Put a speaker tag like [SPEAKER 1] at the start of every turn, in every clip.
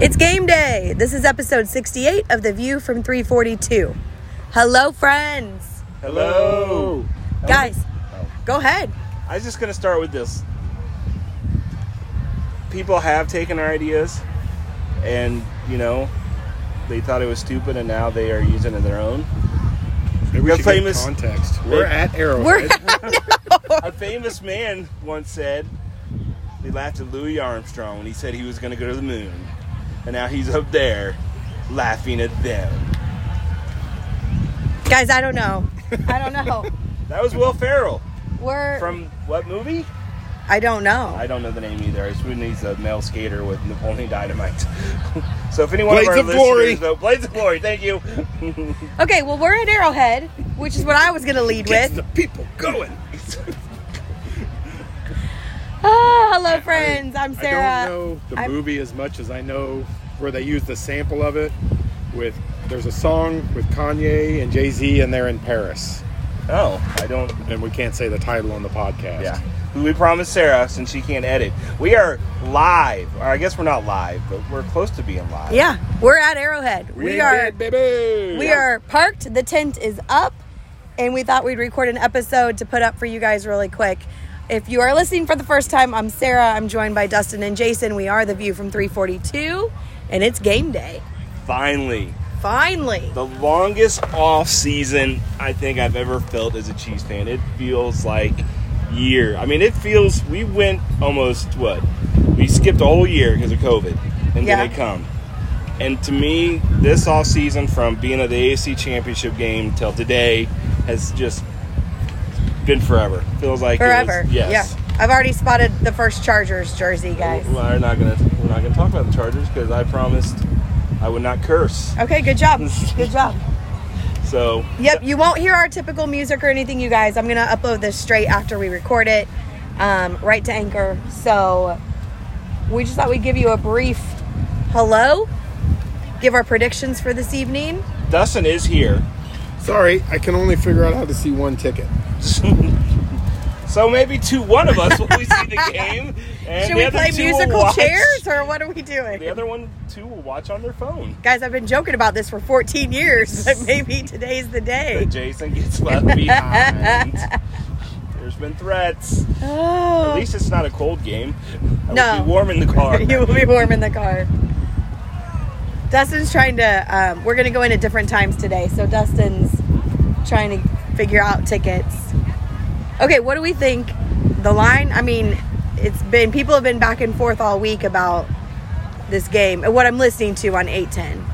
[SPEAKER 1] It's game day. This is episode 68 of The View from 342. Hello, friends.
[SPEAKER 2] Hello.
[SPEAKER 1] Guys, go ahead.
[SPEAKER 2] I was just gonna start with this. People have taken our ideas, and you know, they thought it was stupid, and now they are using it their own.
[SPEAKER 3] Maybe
[SPEAKER 2] Real
[SPEAKER 3] we should give
[SPEAKER 2] famous-
[SPEAKER 3] context. We're at
[SPEAKER 1] We're
[SPEAKER 3] Arrowhead.
[SPEAKER 2] A famous man once said, "They laughed at Louis Armstrong when he said he was gonna go to the moon, and now he's up there, laughing at them."
[SPEAKER 1] guys, I don't know. I don't know.
[SPEAKER 2] That was Will Ferrell
[SPEAKER 1] We're
[SPEAKER 2] from what movie?
[SPEAKER 1] I don't know.
[SPEAKER 2] I don't know the name either. I assume he's a male skater with Napoleon Dynamite. so if anyone
[SPEAKER 3] Blades
[SPEAKER 2] of our
[SPEAKER 3] of Glory.
[SPEAKER 2] listeners, though, Blades of Glory, thank you.
[SPEAKER 1] Okay, well, we're at Arrowhead, which is what I was going to lead
[SPEAKER 3] Gets
[SPEAKER 1] with.
[SPEAKER 3] the people going.
[SPEAKER 1] Ah, hello, friends. I'm Sarah.
[SPEAKER 3] I don't know the
[SPEAKER 1] I'm-
[SPEAKER 3] movie as much as I know where they use the sample of it. With there's a song with Kanye and Jay Z, and they're in Paris,
[SPEAKER 2] Oh, I don't.
[SPEAKER 3] and we can't say the title on the podcast.
[SPEAKER 2] Yeah. We promised Sarah, since she can't edit, we are live. Or I guess we're not live, but we're close to being live.
[SPEAKER 1] Yeah, we're at Arrowhead.
[SPEAKER 3] we,
[SPEAKER 1] We
[SPEAKER 3] ain't
[SPEAKER 1] are
[SPEAKER 3] dead, baby.
[SPEAKER 1] we are parked. The tent is up, and we thought we'd record an episode to put up for you guys really quick. If you are listening for the first time, I'm Sarah. I'm joined by Dustin and Jason. We are the View from 342, and it's game day.
[SPEAKER 2] Finally,
[SPEAKER 1] Finally,
[SPEAKER 2] the longest off season I think I've ever felt as a Chiefs fan. It feels like year. I mean, it feels we went almost what we skipped a whole year because of COVID, and
[SPEAKER 1] Yeah.
[SPEAKER 2] then they come. And to me, this off season from being at the AFC Championship game till today has just been forever. Feels like it was-
[SPEAKER 1] forever.
[SPEAKER 2] yes.
[SPEAKER 1] Yeah, I've already spotted the first Chargers jersey, guys.
[SPEAKER 2] Well, We're not gonna we're not gonna talk about the Chargers because I promised I would not curse.
[SPEAKER 1] Okay, good job. Good job.
[SPEAKER 2] So
[SPEAKER 1] Yep, you won't hear our typical music or anything, you guys. I'm gonna upload this straight after we record it, um, right to Anchor. So we just thought we'd give you a brief hello, give our predictions for this evening.
[SPEAKER 2] Dustin is here.
[SPEAKER 3] Sorry, I can only figure out how to see one ticket.
[SPEAKER 2] So maybe two one of us will see the game. And
[SPEAKER 1] Should
[SPEAKER 2] the
[SPEAKER 1] we
[SPEAKER 2] other
[SPEAKER 1] play
[SPEAKER 2] two will
[SPEAKER 1] musical
[SPEAKER 2] watch-
[SPEAKER 1] chairs or what are we doing?
[SPEAKER 2] The other one two will watch on their phone.
[SPEAKER 1] Guys, I've been joking about this for 14 years, but maybe today's the day.
[SPEAKER 2] But Jason gets left behind. There's been threats. At
[SPEAKER 1] Oh,
[SPEAKER 2] least it's not a cold game. I
[SPEAKER 1] No.
[SPEAKER 2] will be warm in the car.
[SPEAKER 1] you will be warm in the car. Dustin's trying to. Um, we're gonna go in at different times today, so Dustin's trying to figure out tickets. Okay, what do we think? The line. I mean, it's been people have been back and forth all week about this game and what I'm listening to on eight ten.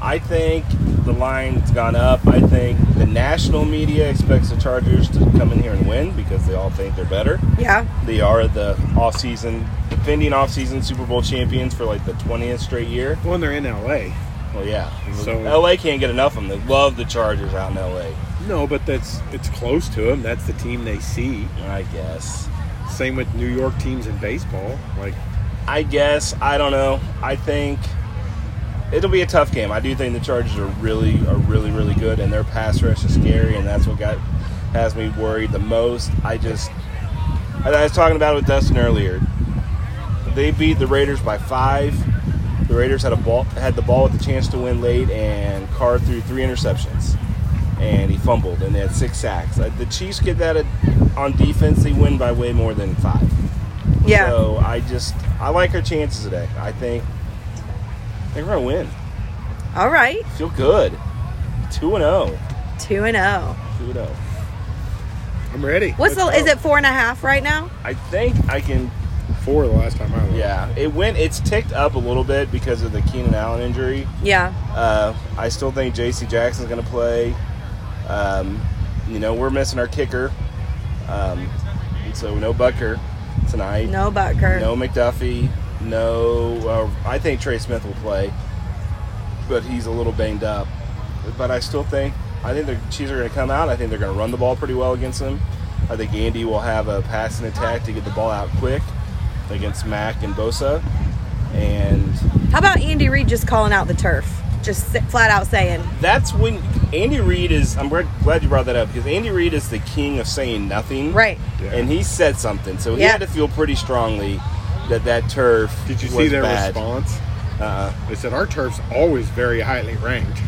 [SPEAKER 2] I think the line's gone up. I think the national media expects the Chargers to come in here and win because they all think they're better.
[SPEAKER 1] Yeah,
[SPEAKER 2] They are the off-season defending off-season Super Bowl champions for like the 20th straight year.
[SPEAKER 3] Well, and they're in L.A.
[SPEAKER 2] Well, yeah.
[SPEAKER 3] So-
[SPEAKER 2] LA can't get enough of them. They love the Chargers out in LA.
[SPEAKER 3] No, but that's it's close to them. That's the team they see.
[SPEAKER 2] I guess.
[SPEAKER 3] Same with New York teams in baseball. Like
[SPEAKER 2] I guess. I don't know. I think it'll be a tough game. I do think the Chargers are really, are really, really good, and their pass rush is scary, and that's what got has me worried the most. I just, I I was talking about it with Dustin earlier. They beat the Raiders by five. The Raiders had a ball, had the ball with a chance to win late, and Carr threw three interceptions, and he fumbled, and they had six sacks. Uh, The Chiefs get that at, on defense; they win by way more than five.
[SPEAKER 1] yeah.
[SPEAKER 2] So I just I like our chances today. I think I think we're gonna win.
[SPEAKER 1] All right,
[SPEAKER 2] Feel good. Two and zero.
[SPEAKER 1] two and zero.
[SPEAKER 2] Two and oh. zero.
[SPEAKER 3] I'm ready.
[SPEAKER 1] What's the?
[SPEAKER 2] Let's
[SPEAKER 1] Is
[SPEAKER 2] go.
[SPEAKER 1] it four and a half right now?
[SPEAKER 2] I think I can.
[SPEAKER 3] Four the last time I looked.
[SPEAKER 2] Yeah, it went. It's ticked up a little bit because of the Keenan Allen injury.
[SPEAKER 1] Yeah.
[SPEAKER 2] Uh, I still think J.C. Jackson's gonna play. Um, you know, we're missing our kicker, um, and so no Bucker tonight.
[SPEAKER 1] No Butker.
[SPEAKER 2] No McDuffie. No, uh, I think Trey Smith will play, but he's a little banged up. But I still think I think the Chiefs are going to come out. I think they're going to run the ball pretty well against him. I think Andy will have a passing attack to get the ball out quick against Mack and Bosa. And
[SPEAKER 1] How about Andy Reid just calling out the turf, just sit- flat out saying,
[SPEAKER 2] that's when Andy Reid is. I'm gr- glad you brought that up because Andy Reid is the king of saying nothing.
[SPEAKER 1] right?
[SPEAKER 3] Yeah.
[SPEAKER 2] And he said something, so he
[SPEAKER 1] Yeah.
[SPEAKER 2] had to feel pretty strongly that that turf.
[SPEAKER 3] Did you
[SPEAKER 2] was
[SPEAKER 3] see their
[SPEAKER 2] bad.
[SPEAKER 3] response?
[SPEAKER 2] Uh,
[SPEAKER 3] They said our turf's always very highly ranked.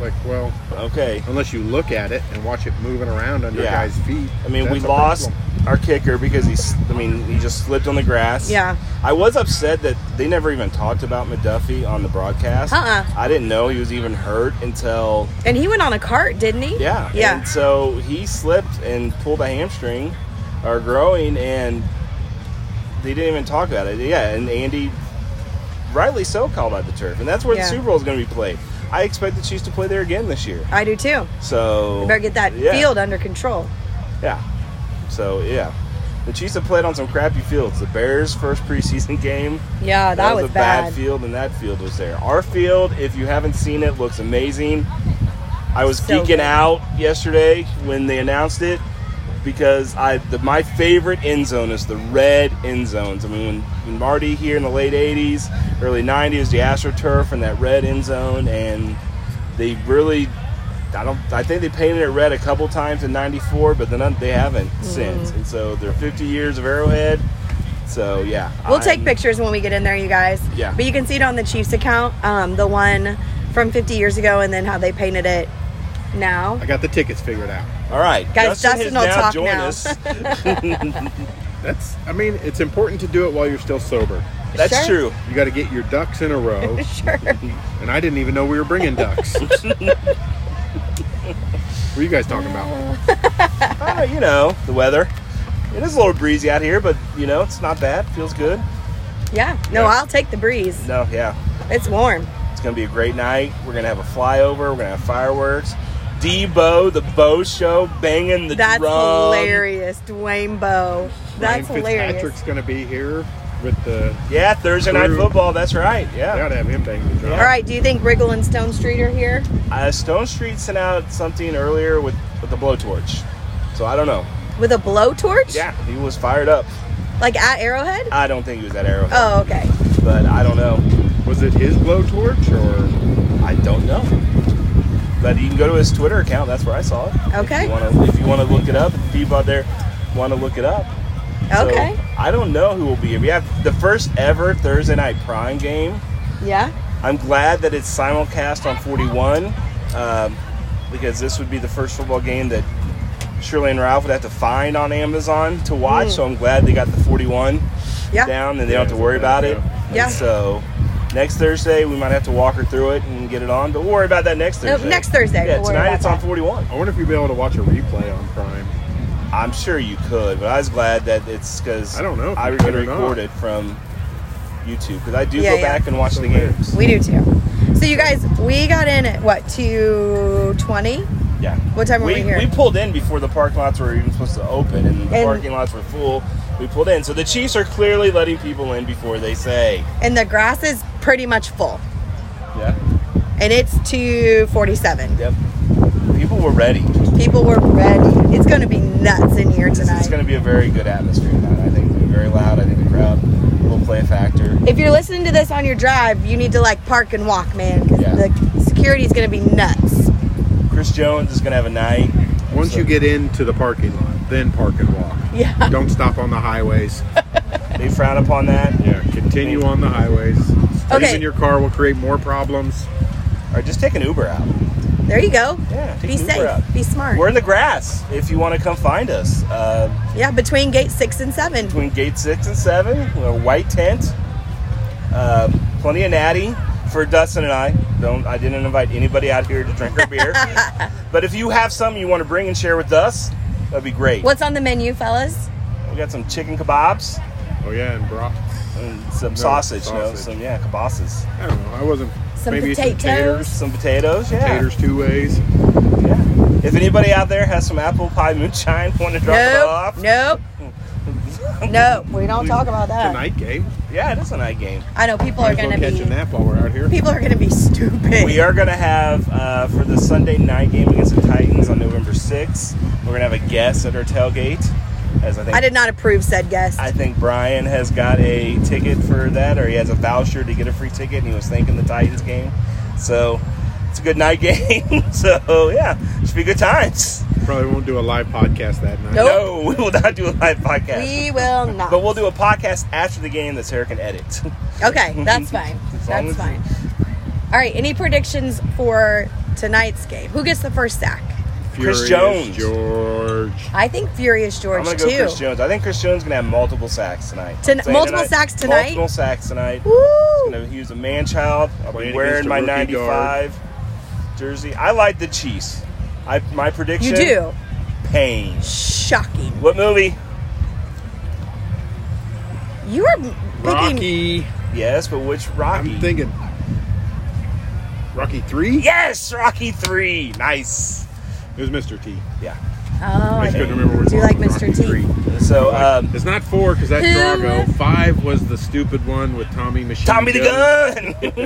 [SPEAKER 3] Like, well,
[SPEAKER 2] okay.
[SPEAKER 3] unless you look at it and watch it moving around under
[SPEAKER 2] Yeah.
[SPEAKER 3] guys' feet.
[SPEAKER 2] I mean, we
[SPEAKER 3] that's a
[SPEAKER 2] lost
[SPEAKER 3] problem.
[SPEAKER 2] our kicker because he's. I mean, he just slipped on the grass.
[SPEAKER 1] Yeah.
[SPEAKER 2] I was upset that they never even talked about McDuffie on the broadcast.
[SPEAKER 1] Uh-uh.
[SPEAKER 2] I didn't know he was even hurt until
[SPEAKER 1] And he went on a cart, didn't he?
[SPEAKER 2] yeah.
[SPEAKER 1] Yeah.
[SPEAKER 2] And so he slipped and pulled a hamstring or groin, and they didn't even talk about it. Yeah, and Andy, rightly so, called out the turf, and that's where
[SPEAKER 1] Yeah.
[SPEAKER 2] the Super Bowl is going to be played. I expect the Chiefs to play there again this year.
[SPEAKER 1] I do too.
[SPEAKER 2] So
[SPEAKER 1] Better get that
[SPEAKER 2] yeah.
[SPEAKER 1] field under control.
[SPEAKER 2] Yeah. So yeah, the Chiefs have played on some crappy fields. The Bears' first preseason game.
[SPEAKER 1] Yeah, that, was,
[SPEAKER 2] a
[SPEAKER 1] bad.
[SPEAKER 2] field, and that field was there. Our field, if you haven't seen it, looks amazing. I was
[SPEAKER 1] So
[SPEAKER 2] geeking
[SPEAKER 1] good.
[SPEAKER 2] out yesterday when they announced it because I the, my favorite end zone is the red end zones. I mean, when, when Marty here in the late '80s, early '90s, the AstroTurf and that red end zone, and they really. I don't. I think they painted it red a couple times in '94, but then they haven't
[SPEAKER 1] Mm-hmm.
[SPEAKER 2] since. And so they're 50 years of Arrowhead. So yeah,
[SPEAKER 1] We'll take
[SPEAKER 2] I'm-
[SPEAKER 1] pictures when we get in there, you guys.
[SPEAKER 2] Yeah.
[SPEAKER 1] But you can see it on the Chiefs account, um, the one from 50 years ago, and then how they painted it now.
[SPEAKER 3] I got the tickets figured out.
[SPEAKER 2] All right,
[SPEAKER 1] Guys, Justin
[SPEAKER 2] has
[SPEAKER 1] will
[SPEAKER 2] now
[SPEAKER 1] talk
[SPEAKER 2] joined
[SPEAKER 1] now.
[SPEAKER 2] us.
[SPEAKER 3] That's, I mean, it's important to do it while you're still sober.
[SPEAKER 2] That's
[SPEAKER 1] Sure.
[SPEAKER 2] true.
[SPEAKER 3] You got to get your ducks in a row,
[SPEAKER 1] Sure.
[SPEAKER 3] and I didn't even know we were bringing ducks. what are you guys talking about?
[SPEAKER 2] Ah, you know the weather. It is a little breezy out here, but you know it's not bad. Feels good.
[SPEAKER 1] Yeah. No,
[SPEAKER 2] Yeah.
[SPEAKER 1] I'll take the breeze.
[SPEAKER 2] No, yeah,
[SPEAKER 1] It's warm.
[SPEAKER 2] it's gonna be a great night. We're gonna have a flyover. We're gonna have fireworks. Debo, the Bo Show, banging the
[SPEAKER 1] That's
[SPEAKER 2] drum.
[SPEAKER 1] hilarious. Dwayne Bowe. That's
[SPEAKER 3] Ryan
[SPEAKER 1] hilarious.
[SPEAKER 3] Fitzpatrick's going to be here with the.
[SPEAKER 2] Yeah, Thursday night
[SPEAKER 3] True.
[SPEAKER 2] football. That's right.
[SPEAKER 3] I got
[SPEAKER 2] Yeah.
[SPEAKER 3] to have him bang the drum.
[SPEAKER 1] All right. Do you think Wriggle and Stone Street are here?
[SPEAKER 2] Uh, Stone Street sent out something earlier with with the blowtorch. So I don't know.
[SPEAKER 1] With a blowtorch?
[SPEAKER 2] Yeah, Uh, he was fired up.
[SPEAKER 1] Like at Arrowhead?
[SPEAKER 2] I don't think he was at Arrowhead,
[SPEAKER 1] Oh, okay.
[SPEAKER 2] but I don't know.
[SPEAKER 3] Was it his blowtorch or?
[SPEAKER 2] I don't know. But you can go to his Twitter account. That's where I saw it.
[SPEAKER 1] Okay.
[SPEAKER 2] If you wanna- If you want to look it up, if people out there want to look it up. So,
[SPEAKER 1] Okay.
[SPEAKER 2] I don't know who will be here. We have the first ever Thursday night prime game.
[SPEAKER 1] Yeah.
[SPEAKER 2] I'm glad that it's simulcast on 41 um, because this would be the first football game that Shirley and Ralph would have to find on Amazon to
[SPEAKER 1] Hmm.
[SPEAKER 2] watch. So I'm glad they got the 41
[SPEAKER 1] Yeah.
[SPEAKER 2] down and they don't have to
[SPEAKER 3] Yeah,
[SPEAKER 2] worry about it.
[SPEAKER 3] yeah.
[SPEAKER 1] Yeah.
[SPEAKER 2] And so next Thursday we might have to walk her through it and get it on, but we'll worry about that next
[SPEAKER 1] No,
[SPEAKER 2] Thursday.
[SPEAKER 1] Oh, next Thursday.
[SPEAKER 2] Yeah,
[SPEAKER 1] We'll worry
[SPEAKER 2] tonight
[SPEAKER 1] about
[SPEAKER 2] it's on
[SPEAKER 1] that.
[SPEAKER 2] 41.
[SPEAKER 3] I wonder if you'd be able to watch a replay on Prime.
[SPEAKER 2] I'm sure you could, but I was glad that it's because
[SPEAKER 3] I don't know if
[SPEAKER 2] I
[SPEAKER 3] you
[SPEAKER 2] can
[SPEAKER 3] could or not.
[SPEAKER 2] record it from YouTube because I do
[SPEAKER 1] Yeah,
[SPEAKER 2] go
[SPEAKER 1] yeah.
[SPEAKER 2] back and watch the
[SPEAKER 3] Somewhere.
[SPEAKER 2] games.
[SPEAKER 1] We do too. So you guys, we got in at what two twenty?
[SPEAKER 2] yeah.
[SPEAKER 1] What time were we
[SPEAKER 2] we,
[SPEAKER 1] here?
[SPEAKER 2] we pulled in before the parking lots were even supposed to open, and the
[SPEAKER 1] And-
[SPEAKER 2] parking lots were full. We pulled in, so the Chiefs are clearly letting people in before they say,
[SPEAKER 1] and the grass is pretty much full,
[SPEAKER 2] "Yeah,
[SPEAKER 1] and it's two forty seven.
[SPEAKER 2] yep." People were ready.
[SPEAKER 1] People were ready. It's going to be nuts in here
[SPEAKER 2] It's,
[SPEAKER 1] tonight.
[SPEAKER 2] going to be a very good atmosphere tonight. I think it's gonna be very loud. I think the crowd will play a factor.
[SPEAKER 1] if you're listening to this on your drive, you need to like park and walk, man. 'cause
[SPEAKER 2] Yeah.
[SPEAKER 1] The security is going to be nuts.
[SPEAKER 2] Chris Jones is going to have a night.
[SPEAKER 3] Once
[SPEAKER 2] So
[SPEAKER 3] you get into the parking lot, then park and walk.
[SPEAKER 1] Yeah.
[SPEAKER 3] Don't stop on the highways.
[SPEAKER 2] they frown upon that.
[SPEAKER 3] Yeah, continue on the highways. Staying
[SPEAKER 1] Okay.
[SPEAKER 3] in your car will create more problems.
[SPEAKER 2] Or just take an Uber out.
[SPEAKER 1] There you go.
[SPEAKER 2] Yeah, take
[SPEAKER 1] Be
[SPEAKER 2] an Uber out.
[SPEAKER 1] safe. Be smart.
[SPEAKER 2] We're in the grass. If you want to come find us, uh,
[SPEAKER 1] yeah, between gate six and seven.
[SPEAKER 2] between gate six and seven, a white tent, uh, plenty of natty for Dustin and I. Don't I didn't invite anybody out here to drink our beer. but if you have some you want to bring and share with us, that'd be great.
[SPEAKER 1] What's on the menu, fellas?
[SPEAKER 2] We got some chicken kebabs
[SPEAKER 3] Oh yeah, and broth.
[SPEAKER 2] and some sausage, No,
[SPEAKER 3] sausage.
[SPEAKER 2] some yeah, kibasas,
[SPEAKER 3] I don't know. I wasn't.
[SPEAKER 1] Some
[SPEAKER 3] maybe some
[SPEAKER 1] potatoes.
[SPEAKER 3] taters.
[SPEAKER 2] some potatoes. Yeah.
[SPEAKER 3] Taters two ways.
[SPEAKER 2] yeah. If anybody out there has some apple pie moonshine, want to drop it
[SPEAKER 1] Nope.
[SPEAKER 2] off?
[SPEAKER 1] Nope. no, we don't talk about that.
[SPEAKER 3] Tonight game.
[SPEAKER 2] Yeah, it is a night game.
[SPEAKER 1] I know people
[SPEAKER 3] Might
[SPEAKER 1] are
[SPEAKER 3] as well
[SPEAKER 1] going to
[SPEAKER 3] catch
[SPEAKER 1] be
[SPEAKER 3] a nap while we're out here.
[SPEAKER 1] people are going to be stupid.
[SPEAKER 2] We are going to have uh, for the Sunday night game against the Titans on November 6th. We're going to have a guest at our tailgate. As I think,
[SPEAKER 1] I did not approve said guest.
[SPEAKER 2] I think Brian has got a ticket for that, or he has a voucher to get a free ticket, and he was thinking the Titans game. So it's a good night game. so yeah, should be good times.
[SPEAKER 3] Probably won't do a live podcast that night.
[SPEAKER 1] Nope.
[SPEAKER 2] No, we will not do a live podcast.
[SPEAKER 1] we will not.
[SPEAKER 2] but we'll do a podcast after the game that Sarah can edit.
[SPEAKER 1] Okay, that's fine.
[SPEAKER 2] As long
[SPEAKER 1] That's
[SPEAKER 2] as
[SPEAKER 1] fine. All right. Any predictions for tonight's game? Who gets the first sack?
[SPEAKER 2] Chris
[SPEAKER 3] Furious
[SPEAKER 2] Jones.
[SPEAKER 3] George.
[SPEAKER 1] I think Furious George
[SPEAKER 2] I'm gonna
[SPEAKER 1] too.
[SPEAKER 2] go Chris Jones. I think Chris Jones gonna have multiple sacks tonight.
[SPEAKER 1] Ton-
[SPEAKER 2] I'm saying
[SPEAKER 1] multiple sacks tonight?
[SPEAKER 2] Multiple sacks tonight.
[SPEAKER 1] Woo!
[SPEAKER 2] Gonna- He was a man child. I'll be
[SPEAKER 3] Playing
[SPEAKER 2] wearing
[SPEAKER 3] against a
[SPEAKER 2] my
[SPEAKER 3] rookie guard.
[SPEAKER 2] 95 jersey. I like the Chiefs. I my prediction.
[SPEAKER 1] You do.
[SPEAKER 2] Pain.
[SPEAKER 1] Shocking.
[SPEAKER 2] What movie?
[SPEAKER 1] You are picking.
[SPEAKER 3] Rocky.
[SPEAKER 2] Yes, but which Rocky?
[SPEAKER 3] I'm thinking Rocky three.
[SPEAKER 2] Yes, Rocky three. Nice.
[SPEAKER 3] It was Mr. T.
[SPEAKER 2] Yeah.
[SPEAKER 1] Oh,
[SPEAKER 3] I
[SPEAKER 1] I
[SPEAKER 3] just couldn't
[SPEAKER 1] do.
[SPEAKER 3] remember which
[SPEAKER 1] Do you
[SPEAKER 3] one
[SPEAKER 1] like
[SPEAKER 3] was
[SPEAKER 1] Mr.
[SPEAKER 3] Rocky
[SPEAKER 1] T?
[SPEAKER 3] three.
[SPEAKER 2] So um,
[SPEAKER 3] It's not four because that's
[SPEAKER 1] Who-
[SPEAKER 3] Drago. Five was the stupid one with Tommy Machine.
[SPEAKER 2] Tommy the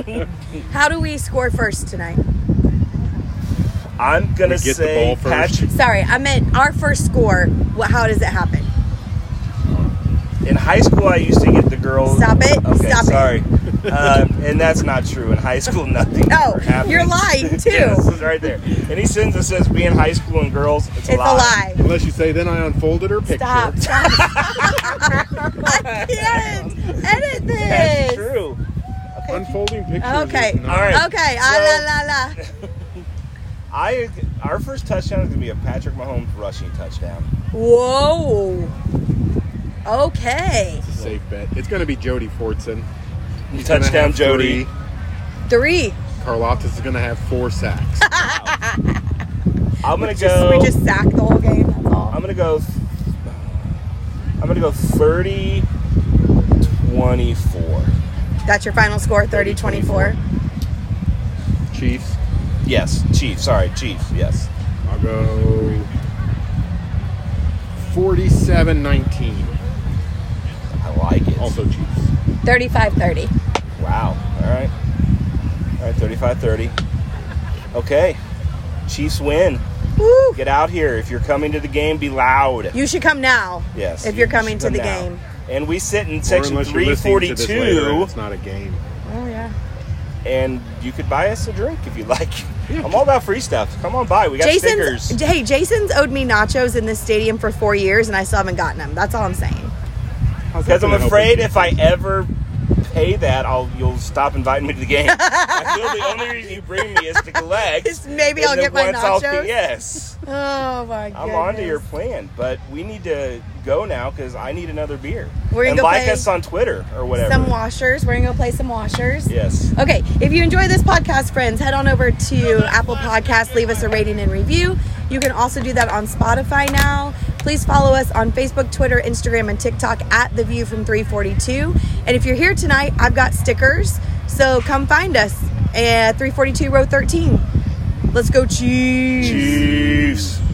[SPEAKER 2] Gun.
[SPEAKER 1] How do we score first tonight?
[SPEAKER 2] I'm gonna
[SPEAKER 3] We get the
[SPEAKER 2] say
[SPEAKER 3] ball first.
[SPEAKER 2] Patrick.
[SPEAKER 1] Sorry, I meant our first score. What? How does it happen?
[SPEAKER 2] In high school, I used to get the girls.
[SPEAKER 1] Stop it.
[SPEAKER 2] Okay,
[SPEAKER 1] Stop it.
[SPEAKER 2] sorry. Um, and that's not true. In high school, nothing.
[SPEAKER 1] No,
[SPEAKER 2] ever happens.
[SPEAKER 1] Oh, you're lying, too.
[SPEAKER 2] yeah, this is right there. Any sentence that says "be in high school and girls," it's,
[SPEAKER 1] It's a lie.
[SPEAKER 3] Unless you say, then I unfolded her picture.
[SPEAKER 1] Stop. Stop. I can't edit this.
[SPEAKER 2] That's true.
[SPEAKER 3] Unfolding pictures.
[SPEAKER 1] Okay.
[SPEAKER 3] is not-
[SPEAKER 2] All right.
[SPEAKER 1] Okay.
[SPEAKER 2] So-
[SPEAKER 1] ah, la la la.
[SPEAKER 2] I our first touchdown is gonna be a Patrick Mahomes rushing touchdown.
[SPEAKER 1] Whoa. Okay.
[SPEAKER 3] It's a safe bet. It's going to be Jody Fortson. He's gonna
[SPEAKER 2] touchdown,
[SPEAKER 3] have
[SPEAKER 2] Jody.
[SPEAKER 3] three.
[SPEAKER 1] Three.
[SPEAKER 3] Karloftis is going to have four sacks.
[SPEAKER 2] I'm gonna
[SPEAKER 1] Just,
[SPEAKER 2] go.
[SPEAKER 1] we just sacked the whole game. That's all.
[SPEAKER 2] I'm gonna go. I'm gonna go 30 24.
[SPEAKER 1] That's your final score 30 24.
[SPEAKER 3] Chiefs.
[SPEAKER 2] Yes, Chiefs. Sorry, Chiefs. Yes.
[SPEAKER 3] I'll go 47 19.
[SPEAKER 2] I like it.
[SPEAKER 3] Also Chiefs.
[SPEAKER 1] 35 30.
[SPEAKER 2] Wow. All right. All right, 35 30. Okay. Chiefs win.
[SPEAKER 1] Woo.
[SPEAKER 2] Get out here. If you're coming to the game, be loud.
[SPEAKER 1] You should come now.
[SPEAKER 2] yes.
[SPEAKER 1] If
[SPEAKER 2] you
[SPEAKER 1] you're coming to
[SPEAKER 2] should
[SPEAKER 1] the
[SPEAKER 2] come now.
[SPEAKER 1] game.
[SPEAKER 2] And we sit in
[SPEAKER 3] Or
[SPEAKER 2] section
[SPEAKER 3] unless you're listening to this later and
[SPEAKER 2] 342,
[SPEAKER 3] It's not a game.
[SPEAKER 1] Oh, yeah.
[SPEAKER 2] and you could buy us a drink if you like. I'm all about free stuff. Come on by. We got stickers.
[SPEAKER 1] Jason's, hey, Jason's owed me nachos in this stadium for four years and I still haven't gotten them. That's all I'm saying.
[SPEAKER 3] How's that
[SPEAKER 2] Because I'm
[SPEAKER 3] gonna help
[SPEAKER 2] afraid
[SPEAKER 3] you?
[SPEAKER 2] if I ever pay that, I'll you'll stop inviting me to the game. I feel the only reason you bring me is to collect.
[SPEAKER 1] Just maybe
[SPEAKER 2] and
[SPEAKER 1] I'll
[SPEAKER 2] then
[SPEAKER 1] get my
[SPEAKER 2] once I'll-
[SPEAKER 1] nachos.
[SPEAKER 2] yes.
[SPEAKER 1] Oh, my God.
[SPEAKER 2] I'm on to your plan, but we need to go now because I need another beer.
[SPEAKER 1] We're gonna
[SPEAKER 2] and
[SPEAKER 1] go
[SPEAKER 2] like
[SPEAKER 1] play
[SPEAKER 2] us on Twitter or whatever.
[SPEAKER 1] Some washers. We're going to go play some washers.
[SPEAKER 2] yes.
[SPEAKER 1] Okay, if you enjoy this podcast, friends, head on over to Apple Podcasts, leave us a rating and review. You can also do that on Spotify now. Please follow us on Facebook, Twitter, Instagram, and TikTok at The View from 342. And if you're here tonight, I've got stickers, so come find us at 342 Row 13. Let's go, cheese.
[SPEAKER 2] Chiefs.